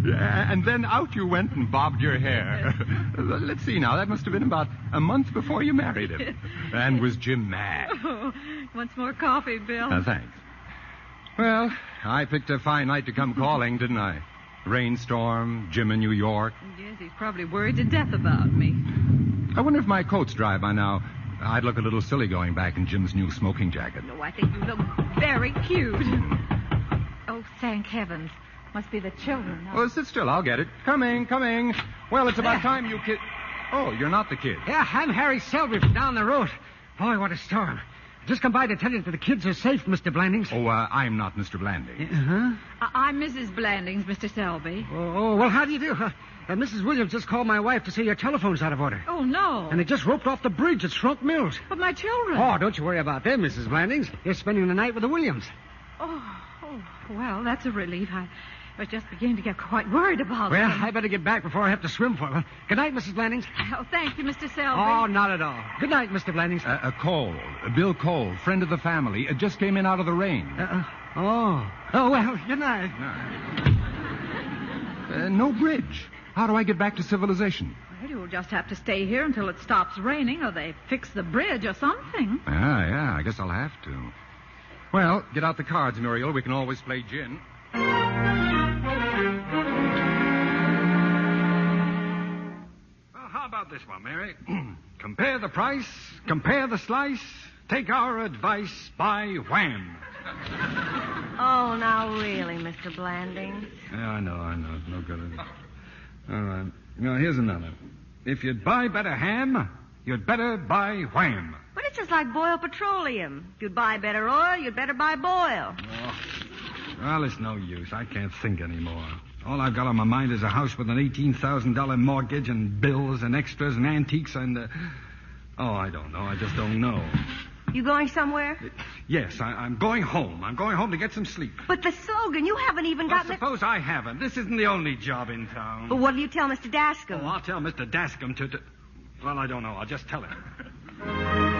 Yeah, Uh, and then out you went and bobbed your hair. Let's see now, that must have been about a month before you married him. And was Jim mad? Oh, once more coffee, Bill? Uh, thanks. Well, I picked a fine night to come calling, didn't I? Rainstorm, Jim in New York. Yes, he's probably worried to death about me. I wonder if my coat's dry by now. I'd look a little silly going back in Jim's new smoking jacket. Oh, I think you look very cute. Oh, thank heavens. Must be the children. Well, sit still. I'll get it. Coming, coming. Well, it's about time you kid. Oh, you're not the kid. Yeah, I'm Harry Selby from down the road. Boy, what a storm. Just come by to tell you that the kids are safe, Mr. Blandings. Oh, uh, I'm not Mr. Blandings. Uh-huh. I- I'm Mrs. Blandings, Mr. Selby. Oh, well, how do you do? Uh, uh, Mrs. Williams just called my wife to say your telephone's out of order. Oh, no. And they just roped off the bridge at Shrunk Mills. But my children. Oh, don't you worry about them, Mrs. Blandings. You're spending the night with the Williams. Oh, oh, well, that's a relief. I was just beginning to get quite worried about Well, them. I better get back before I have to swim for them. Good night, Mrs. Blandings. Oh, thank you, Mr. Selby. Oh, not at all. Good night, Mr. Blandings. Uh, uh, Cole, uh, Bill Cole, friend of the family, uh, just came in out of the rain. Uh, oh. Oh, well, good night. Uh, no bridge. How do I get back to civilization? Well, you'll just have to stay here until it stops raining or they fix the bridge or something. Ah, yeah, I guess I'll have to. Well, get out the cards, Muriel. We can always play gin. Well, how about this one, Mary? compare the price, compare the slice, take our advice by wham. Oh, now really, Mr. Blandings. Yeah, I know, I know. No good. at it. All right. Now, here's another. If you'd buy better ham, you'd better buy wham. But it's just like boil petroleum. If you'd buy better oil, you'd better buy boil. Well, it's no use. I can't think anymore. All I've got on my mind is a house with an $18,000 mortgage and bills and extras and antiques and, uh... Oh, I don't know. I just don't know. You going somewhere? Yes, I, I'm going home. I'm going home to get some sleep. But the slogan, you haven't even Well, gotten it. suppose I haven't. This isn't the only job in town. But what'll you tell Mr. Daskum? Oh, I'll tell Mr. Daskum to, to. Well, I don't know. I'll just tell him.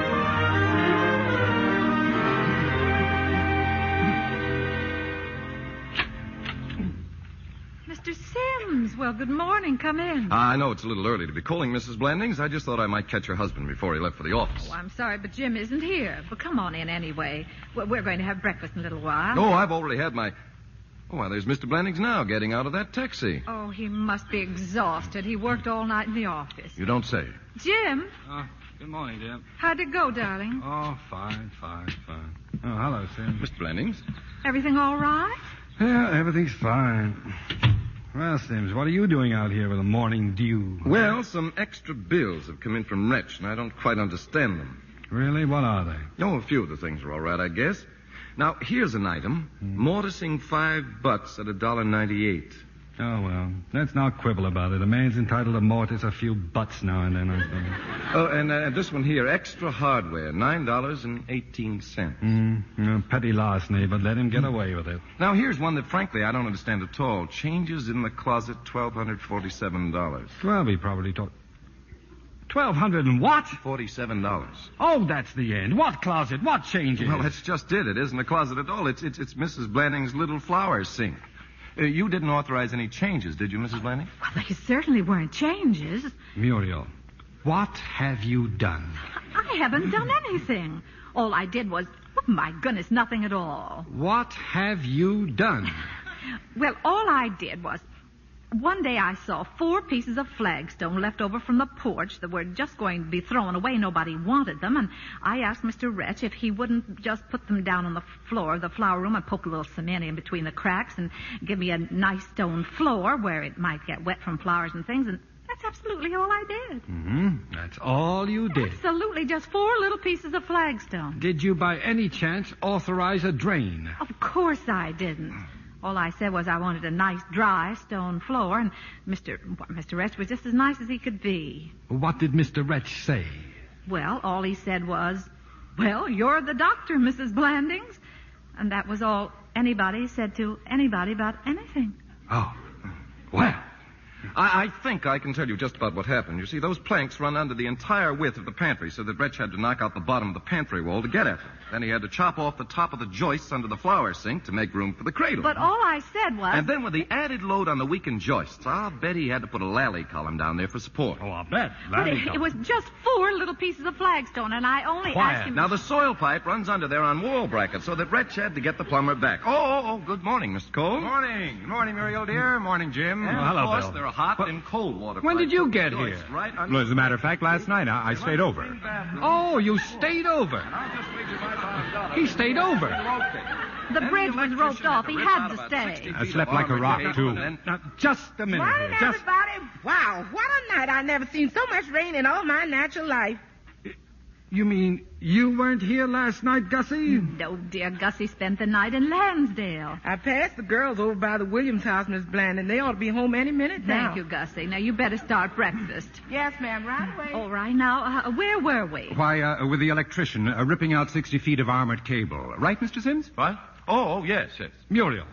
Mr. Sims, well, good morning. Come in. Ah, I know it's a little early to be calling Mrs. Blandings. I just thought I might catch her husband before he left for the office. Oh, I'm sorry, but Jim isn't here. But come on in anyway. We're we're going to have breakfast in a little while. Oh, I've already had my. Oh, why, there's Mr. Blandings now getting out of that taxi. Oh, he must be exhausted. He worked all night in the office. You don't say. Jim, Oh, good morning, dear. how'd it go, darling? Oh, fine, fine, fine. Oh, hello, Sim. Mr. Blandings? Everything all right? Yeah, everything's fine. Well, Sims, what are you doing out here with the morning dew? Well, some extra bills have come in from Wretch, and I don't quite understand them. Really? What are they? Oh, a few of the things are all right, I guess. Hmm. Now, here's an item. Mortising five butts at a dollar ninety-eight. Oh, well, let's not quibble about it. A man's entitled to mortise a few butts now and then, I suppose. Oh, and uh, this one here, extra hardware, nine dollars and eighteen cents. mm, yeah, petty larceny, but let him get away with it. Hmm. Now here's one that, frankly, I don't understand at all. Changes in the closet, twelve hundred forty-seven dollars. Well, he probably talked. Twelve hundred and what? Forty-seven dollars. Oh, that's the end. What closet? What changes? Well, that's just it. It isn't a closet at all. It's it's it's Mrs. Blanding's little flower sink. Uh, you didn't authorize any changes, did you, Mrs. Blanding? Well, they certainly weren't changes. Muriel, what have you done? I haven't done anything. All I did was, oh my goodness, nothing at all. What have you done? Well, all I did was. One day I saw four pieces of flagstone left over from the porch that were just going to be thrown away. Nobody wanted them, and I asked Mr. Wretch if he wouldn't just put them down on the floor of the flower room and poke a little cement in between the cracks and give me a nice stone floor where it might get wet from flowers and things, and that's absolutely all I did. hmm Mm-hmm. That's all you did. Absolutely just four little pieces of flagstone. Did you by any chance authorize a drain? Of course I didn't. All I said was I wanted a nice dry stone floor, and Mr. what, Mr. Wretch was just as nice as he could be. What did Mr. Wretch say? Well, all he said was, "Well, you're the doctor, Mrs. Blandings," and that was all anybody said to anybody about anything. Oh. Well. I, I think I can tell you just about what happened. You see, those planks run under the entire width of the pantry, so that Wretch had to knock out the bottom of the pantry wall to get at them. Then he had to chop off the top of the joists under the flour sink to make room for the cradle. But all I said was, And then with the added load on the weakened joists, I'll bet he had to put a lally column down there for support. Oh, I'll bet. but it, it was just four little pieces of flagstone, and I only asked him. Now the soil pipe runs under there on wall brackets, so that Wretch had to get the plumber back. Oh, oh, oh good morning, Mr. Cole. Morning. Good morning, Muriel, dear. Morning, Jim. And of course, there are hot and cold water. When did pipes you with get joists here? Right under Well, as a matter of fact, last night I, I stayed over. Oh, you stayed over. He stayed over. The bridge was roped off. He had to stay. I slept like a rock, too. Now, just a minute. Morning, here. Just everybody. Wow, what a night. I never seen so much rain in all my natural life. You mean you weren't here last night, Gussie? No, dear Gussie spent the night in Lansdale. I passed the girls over by the Williams house, Miss Blanding. They ought to be home any minute now. Thank you, Gussie. Now you better start breakfast. Yes, ma'am, right away. All right, now, uh, where were we? Why, uh, with the electrician uh, ripping out 60 feet of armored cable. Right, Mr. Sims? What? Oh, oh, yes, yes. Muriel,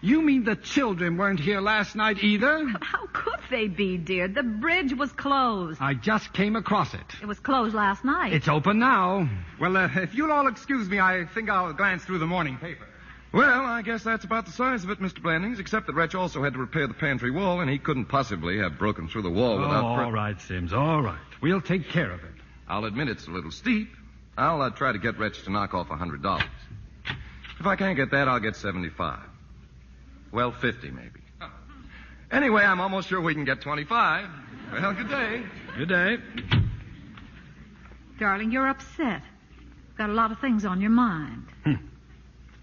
you mean the children weren't here last night either? How could they be, dear? The bridge was closed. I just came across it. It was closed last night. It's open now. Well, uh, if you'll all excuse me, I think I'll glance through the morning paper. Well, I guess that's about the size of it, Mr. Blandings, except that Wretch also had to repair the pantry wall, and he couldn't possibly have broken through the wall without... all Oh, right, Sims, all right. We'll take care of it. I'll admit it's a little steep. I'll uh, try to get Wretch to knock off a $100. If I can't get that, I'll get 75 Well, 50 maybe. Anyway, I'm almost sure we can get 25 Well, good day. Good day. Darling, you're upset. Got a lot of things on your mind.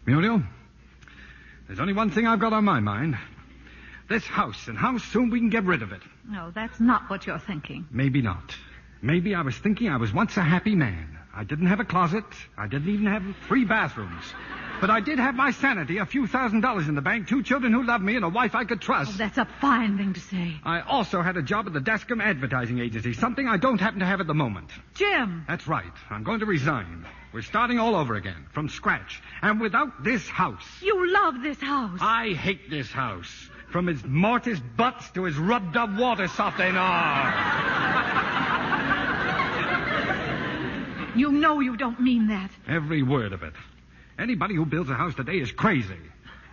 Muriel, there's only one thing I've got on my mind. This house and how soon we can get rid of it. No, that's not what you're thinking. Maybe not. Maybe I was thinking I was once a happy man. I didn't have a closet. I didn't even have three bathrooms. But I did have my sanity, a few thousand dollars in the bank, two children who loved me, and a wife I could trust. Oh, that's a fine thing to say. I also had a job at the Dascom Advertising Agency, something I don't happen to have at the moment. Jim! That's right. I'm going to resign. We're starting all over again, from scratch, and without this house. You love this house. I hate this house. From its mortise butts to its rubbed up water softener. You know you don't mean that. Every word of it. Anybody who builds a house today is crazy.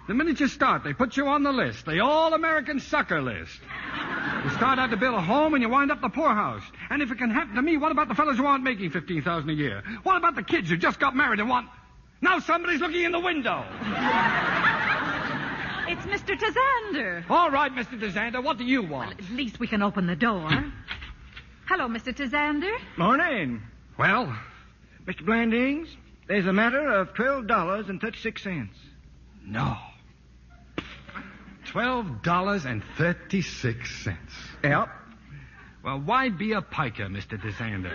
The minute you start, they put you on the list, the all American sucker list. You start out to build a home and you wind up the poorhouse. And if it can happen to me, what about the fellows who aren't making 15000 a year? What about the kids who just got married and want. Now somebody's looking in the window. It's Mr. Tazander. All right, Mr. DeSander, what do you want? At least we can open the door. Hello, Mr. Tazander. Morning. Well, Mr. Blandings, there's a matter of $12.36. No. Twelve dollars and thirty-six cents. Yep. Well, why be a piker, Mister DeSander?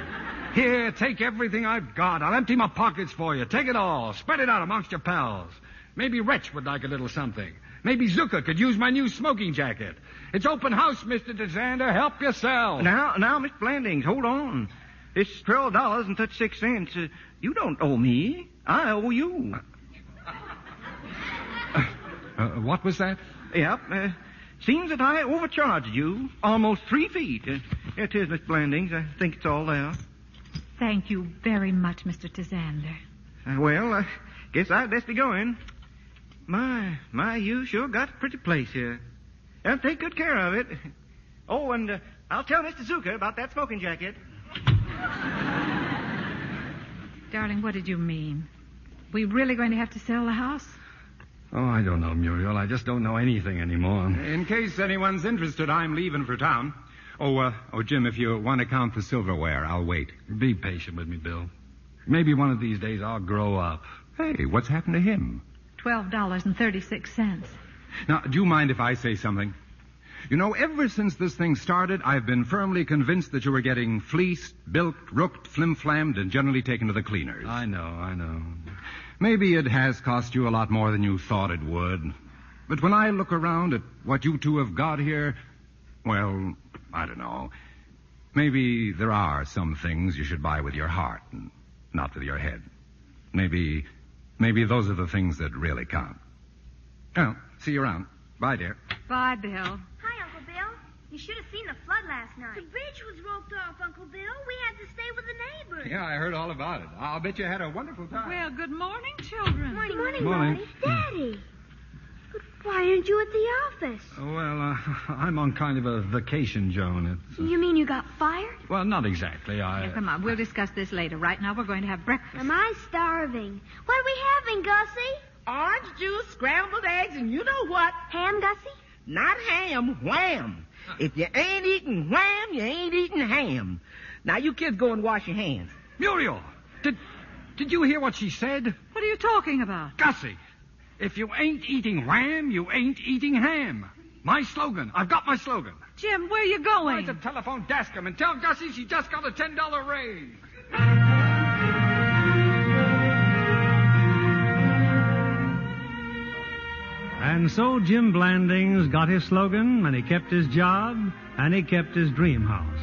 Here, take everything I've got. I'll empty my pockets for you. Take it all. Spread it out amongst your pals. Maybe Wretch would like a little something. Maybe Zuka could use my new smoking jacket. It's open house, Mr. DeSander. Help yourself. Now, now, Miss Blandings, hold on. It's twelve dollars and thirty-six cents. Uh, you don't owe me. I owe you. Uh, what was that? Yep. Uh, seems that I overcharged you almost three feet. Uh, here it is, Miss Blandings. I think it's all there. Thank you very much, Mr. Tizander. Uh, well, I guess I'd best be going. My, my, you sure got a pretty place here. I'll take good care of it. Oh, and uh, I'll tell Mr. Zucker about that smoking jacket. Darling, what did you mean? We really going to have to sell the house? Oh, I don't know, Muriel. I just don't know anything anymore. In case anyone's interested, I'm leaving for town. Oh, uh, oh, Jim, if you want to count the silverware, I'll wait. Be patient with me, Bill. Maybe one of these days I'll grow up. Hey, what's happened to him? Twelve dollars and thirty-six cents. Now, do you mind if I say something? You know, ever since this thing started, I've been firmly convinced that you were getting fleeced, bilked, rooked, flimflammed, and generally taken to the cleaners. I know, I know. Maybe it has cost you a lot more than you thought it would. But when I look around at what you two have got here, well, I don't know. Maybe there are some things you should buy with your heart and not with your head. Maybe, maybe those are the things that really count. Oh, Well, see you around. Bye, dear. Bye, Bill. Hi, Uncle Bill. You should have seen the flood last night. The bridge was roped off, Uncle Bill. We had to stay with the neighbors. Yeah, I heard all about it. I'll bet you had a wonderful time. Well, good morning, children. Morning, morning, Morning. Mommy. Daddy. But why aren't you at the office? Well, uh, I'm on kind of a vacation, Joan. It's, You mean you got fired? well, not exactly. I. Yeah, come on, we'll discuss this later. Right now, we're going to have breakfast. Am I starving? What are we having, Gussie? Orange juice, scrambled eggs, and you know what? Ham, Gussie? Not ham, wham. If you ain't eating wham, you ain't eating ham. Now you kids go and wash your hands. Muriel, did did you hear what she said? What are you talking about? Gussie, if you ain't eating wham, you ain't eating ham. My slogan. I've got my slogan. Jim, where are you going? Go to telephone Dascom and tell Gussie she just got a ten dollar raise. And so Jim Blandings got his slogan, and he kept his job, and he kept his dream house.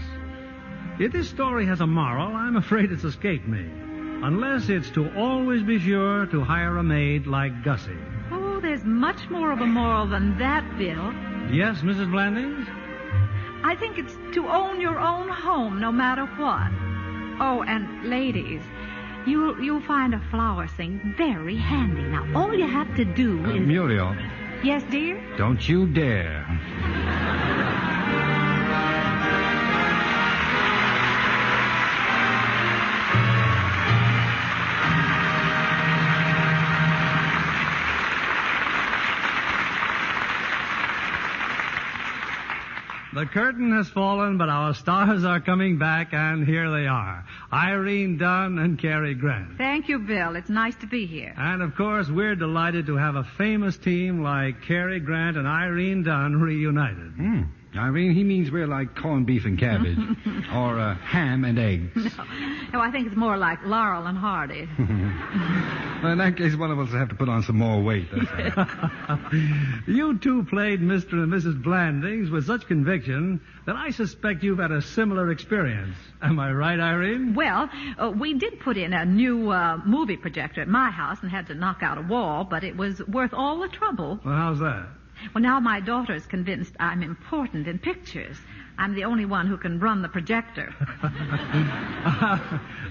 If this story has a moral, I'm afraid it's escaped me. Unless it's to always be sure to hire a maid like Gussie. Oh, there's much more of a moral than that, Bill. Yes, Mrs. Blandings? I think it's to own your own home, no matter what. Oh, and ladies, you you'll find a flower sink very handy. Now, all you have to do Uh, is Muriel, yes, dear. don't you dare. The curtain has fallen, but our stars are coming back, and here they are Irene Dunn and Cary Grant. Thank you, Bill. It's nice to be here. And of course, we're delighted to have a famous team like Cary Grant and Irene Dunn reunited. Hmm. Irene, he means we're like corned beef and cabbage, or uh, ham and egg. Oh, I think it's more like Laurel and Hardy. Well, in that case, one of us will have to put on some more weight. That's all. You two played Mr. and Mrs. Blandings with such conviction that I suspect you've had a similar experience. Am I right, Irene? Well, uh, we did put in a new uh, movie projector at my house and had to knock out a wall, but it was worth all the trouble. Well, how's that? Well, now my daughter's convinced I'm important in pictures. I'm the only one who can run the projector.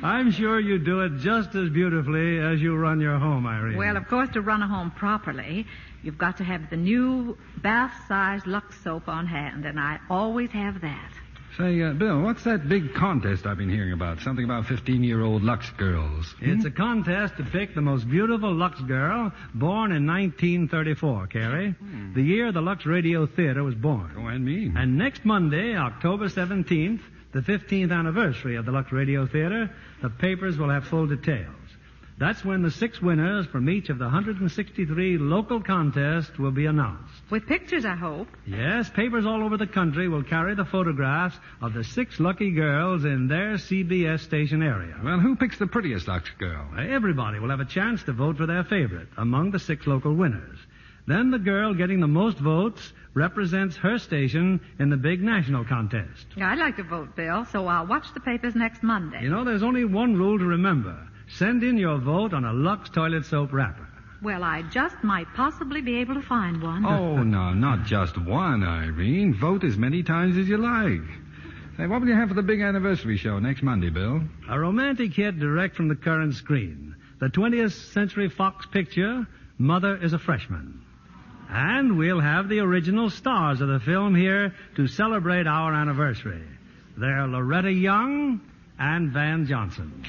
I'm sure you do it just as beautifully as you run your home, Irene. Well, of course, to run a home properly, you've got to have the new bath-sized Lux soap on hand, and I always have that. Say, uh, Bill, what's that big contest I've been hearing about? Something about 15 year old Lux girls. It's a contest to pick the most beautiful Lux girl born in 1934, Carrie. The year the Lux Radio Theater was born. Oh, and me. And next Monday, October 17th, the 15th anniversary of the Lux Radio Theater, the papers will have full details. That's when the six winners from each of the 163 local contests will be announced. With pictures, I hope. Yes, papers all over the country will carry the photographs of the six lucky girls in their CBS station area. Well, who picks the prettiest Lux girl? Everybody will have a chance to vote for their favorite among the six local winners. Then the girl getting the most votes represents her station in the big national contest. Yeah, I'd like to vote, Bill, so I'll watch the papers next Monday. You know, there's only one rule to remember. Send in your vote on a Lux toilet soap wrapper. Well, I just might possibly be able to find one. Oh, no, not just one, Irene. Vote as many times as you like. Say, what will you have for the big anniversary show next Monday, Bill? A romantic hit direct from the current screen. The 20th Century Fox picture, Mother is a Freshman. And we'll have the original stars of the film here to celebrate our anniversary. They're Loretta Young and Van Johnson.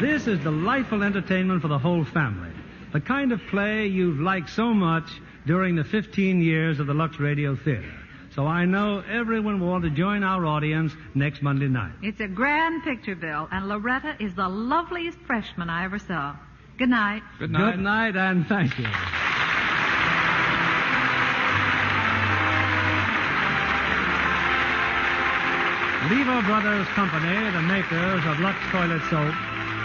This is delightful entertainment for the whole family. The kind of play you've liked so much during the 15 years of the Lux Radio Theater. So I know everyone will want to join our audience next Monday night. It's a grand picture, Bill, and Loretta is the loveliest freshman I ever saw. Good night. Good night. Good night, and thank you. Lever Brothers Company, the makers of Lux Toilet Soap,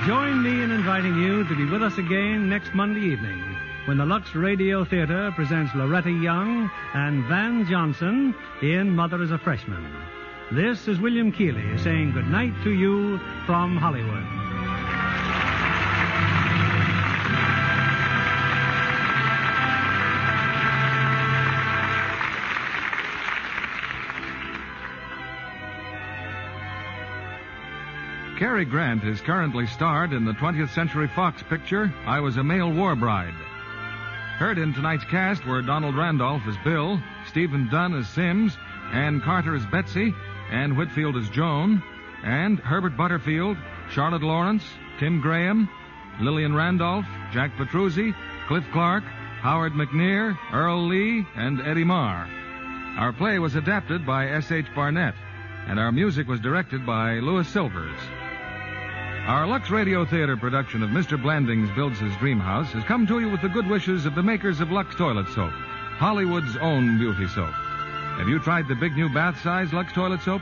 join me in inviting you to be with us again next Monday evening when the Lux Radio Theater presents Loretta Young and Van Johnson in Mother is a Freshman. This is William Keeley saying good night to you from Hollywood. Cary Grant is currently starred in the 20th Century Fox picture, I Was a Male War Bride. Heard in tonight's cast were Donald Randolph as Bill, Stephen Dunn as Sims, Ann Carter as Betsy, Ann Whitfield as Joan, and Herbert Butterfield, Charlotte Lawrence, Tim Graham, Lillian Randolph, Jack Petruzzi, Cliff Clark, Howard McNear, Earl Lee, and Eddie Marr. Our play was adapted by S.H. Barnett, and our music was directed by Louis Silvers. Our Lux Radio Theater production of Mr. Blandings Builds His Dream House has come to you with the good wishes of the makers of Lux Toilet Soap, Hollywood's own beauty soap. Have you tried the big new bath size Lux Toilet Soap?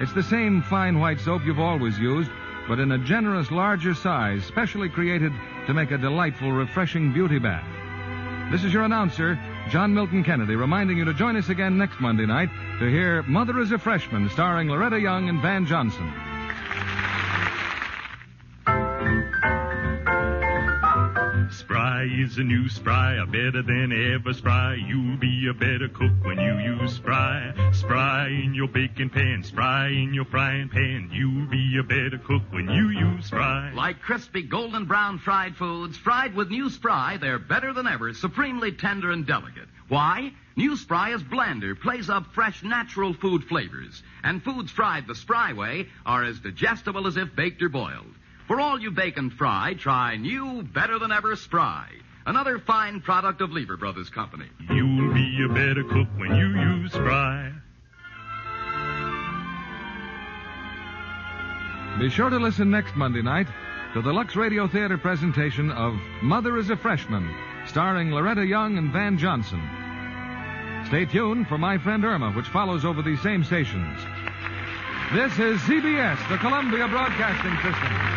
It's the same fine white soap you've always used, but in a generous, larger size, specially created to make a delightful, refreshing beauty bath. This is your announcer, John Milton Kennedy, reminding you to join us again next Monday night to hear Mother is a Freshman, starring Loretta Young and Van Johnson. Spry is a new spry, a better than ever spry. You'll be a better cook when you use spry. Spry in your baking pan, spry in your frying pan. You'll be a better cook when you use spry. Like crispy golden brown fried foods, fried with new spry, they're better than ever, supremely tender and delicate. Why? New Spry is blander, plays up fresh, natural food flavors. And foods fried the spry way are as digestible as if baked or boiled. For all you bake and fry, try new, better than ever Spry, another fine product of Lever Brothers Company. You'll be a better cook when you use spry. Be sure to listen next Monday night to the Lux Radio Theater presentation of Mother is a Freshman, starring Loretta Young and Van Johnson. Stay tuned for My Friend Irma, which follows over these same stations. This is CBS, the Columbia Broadcasting System.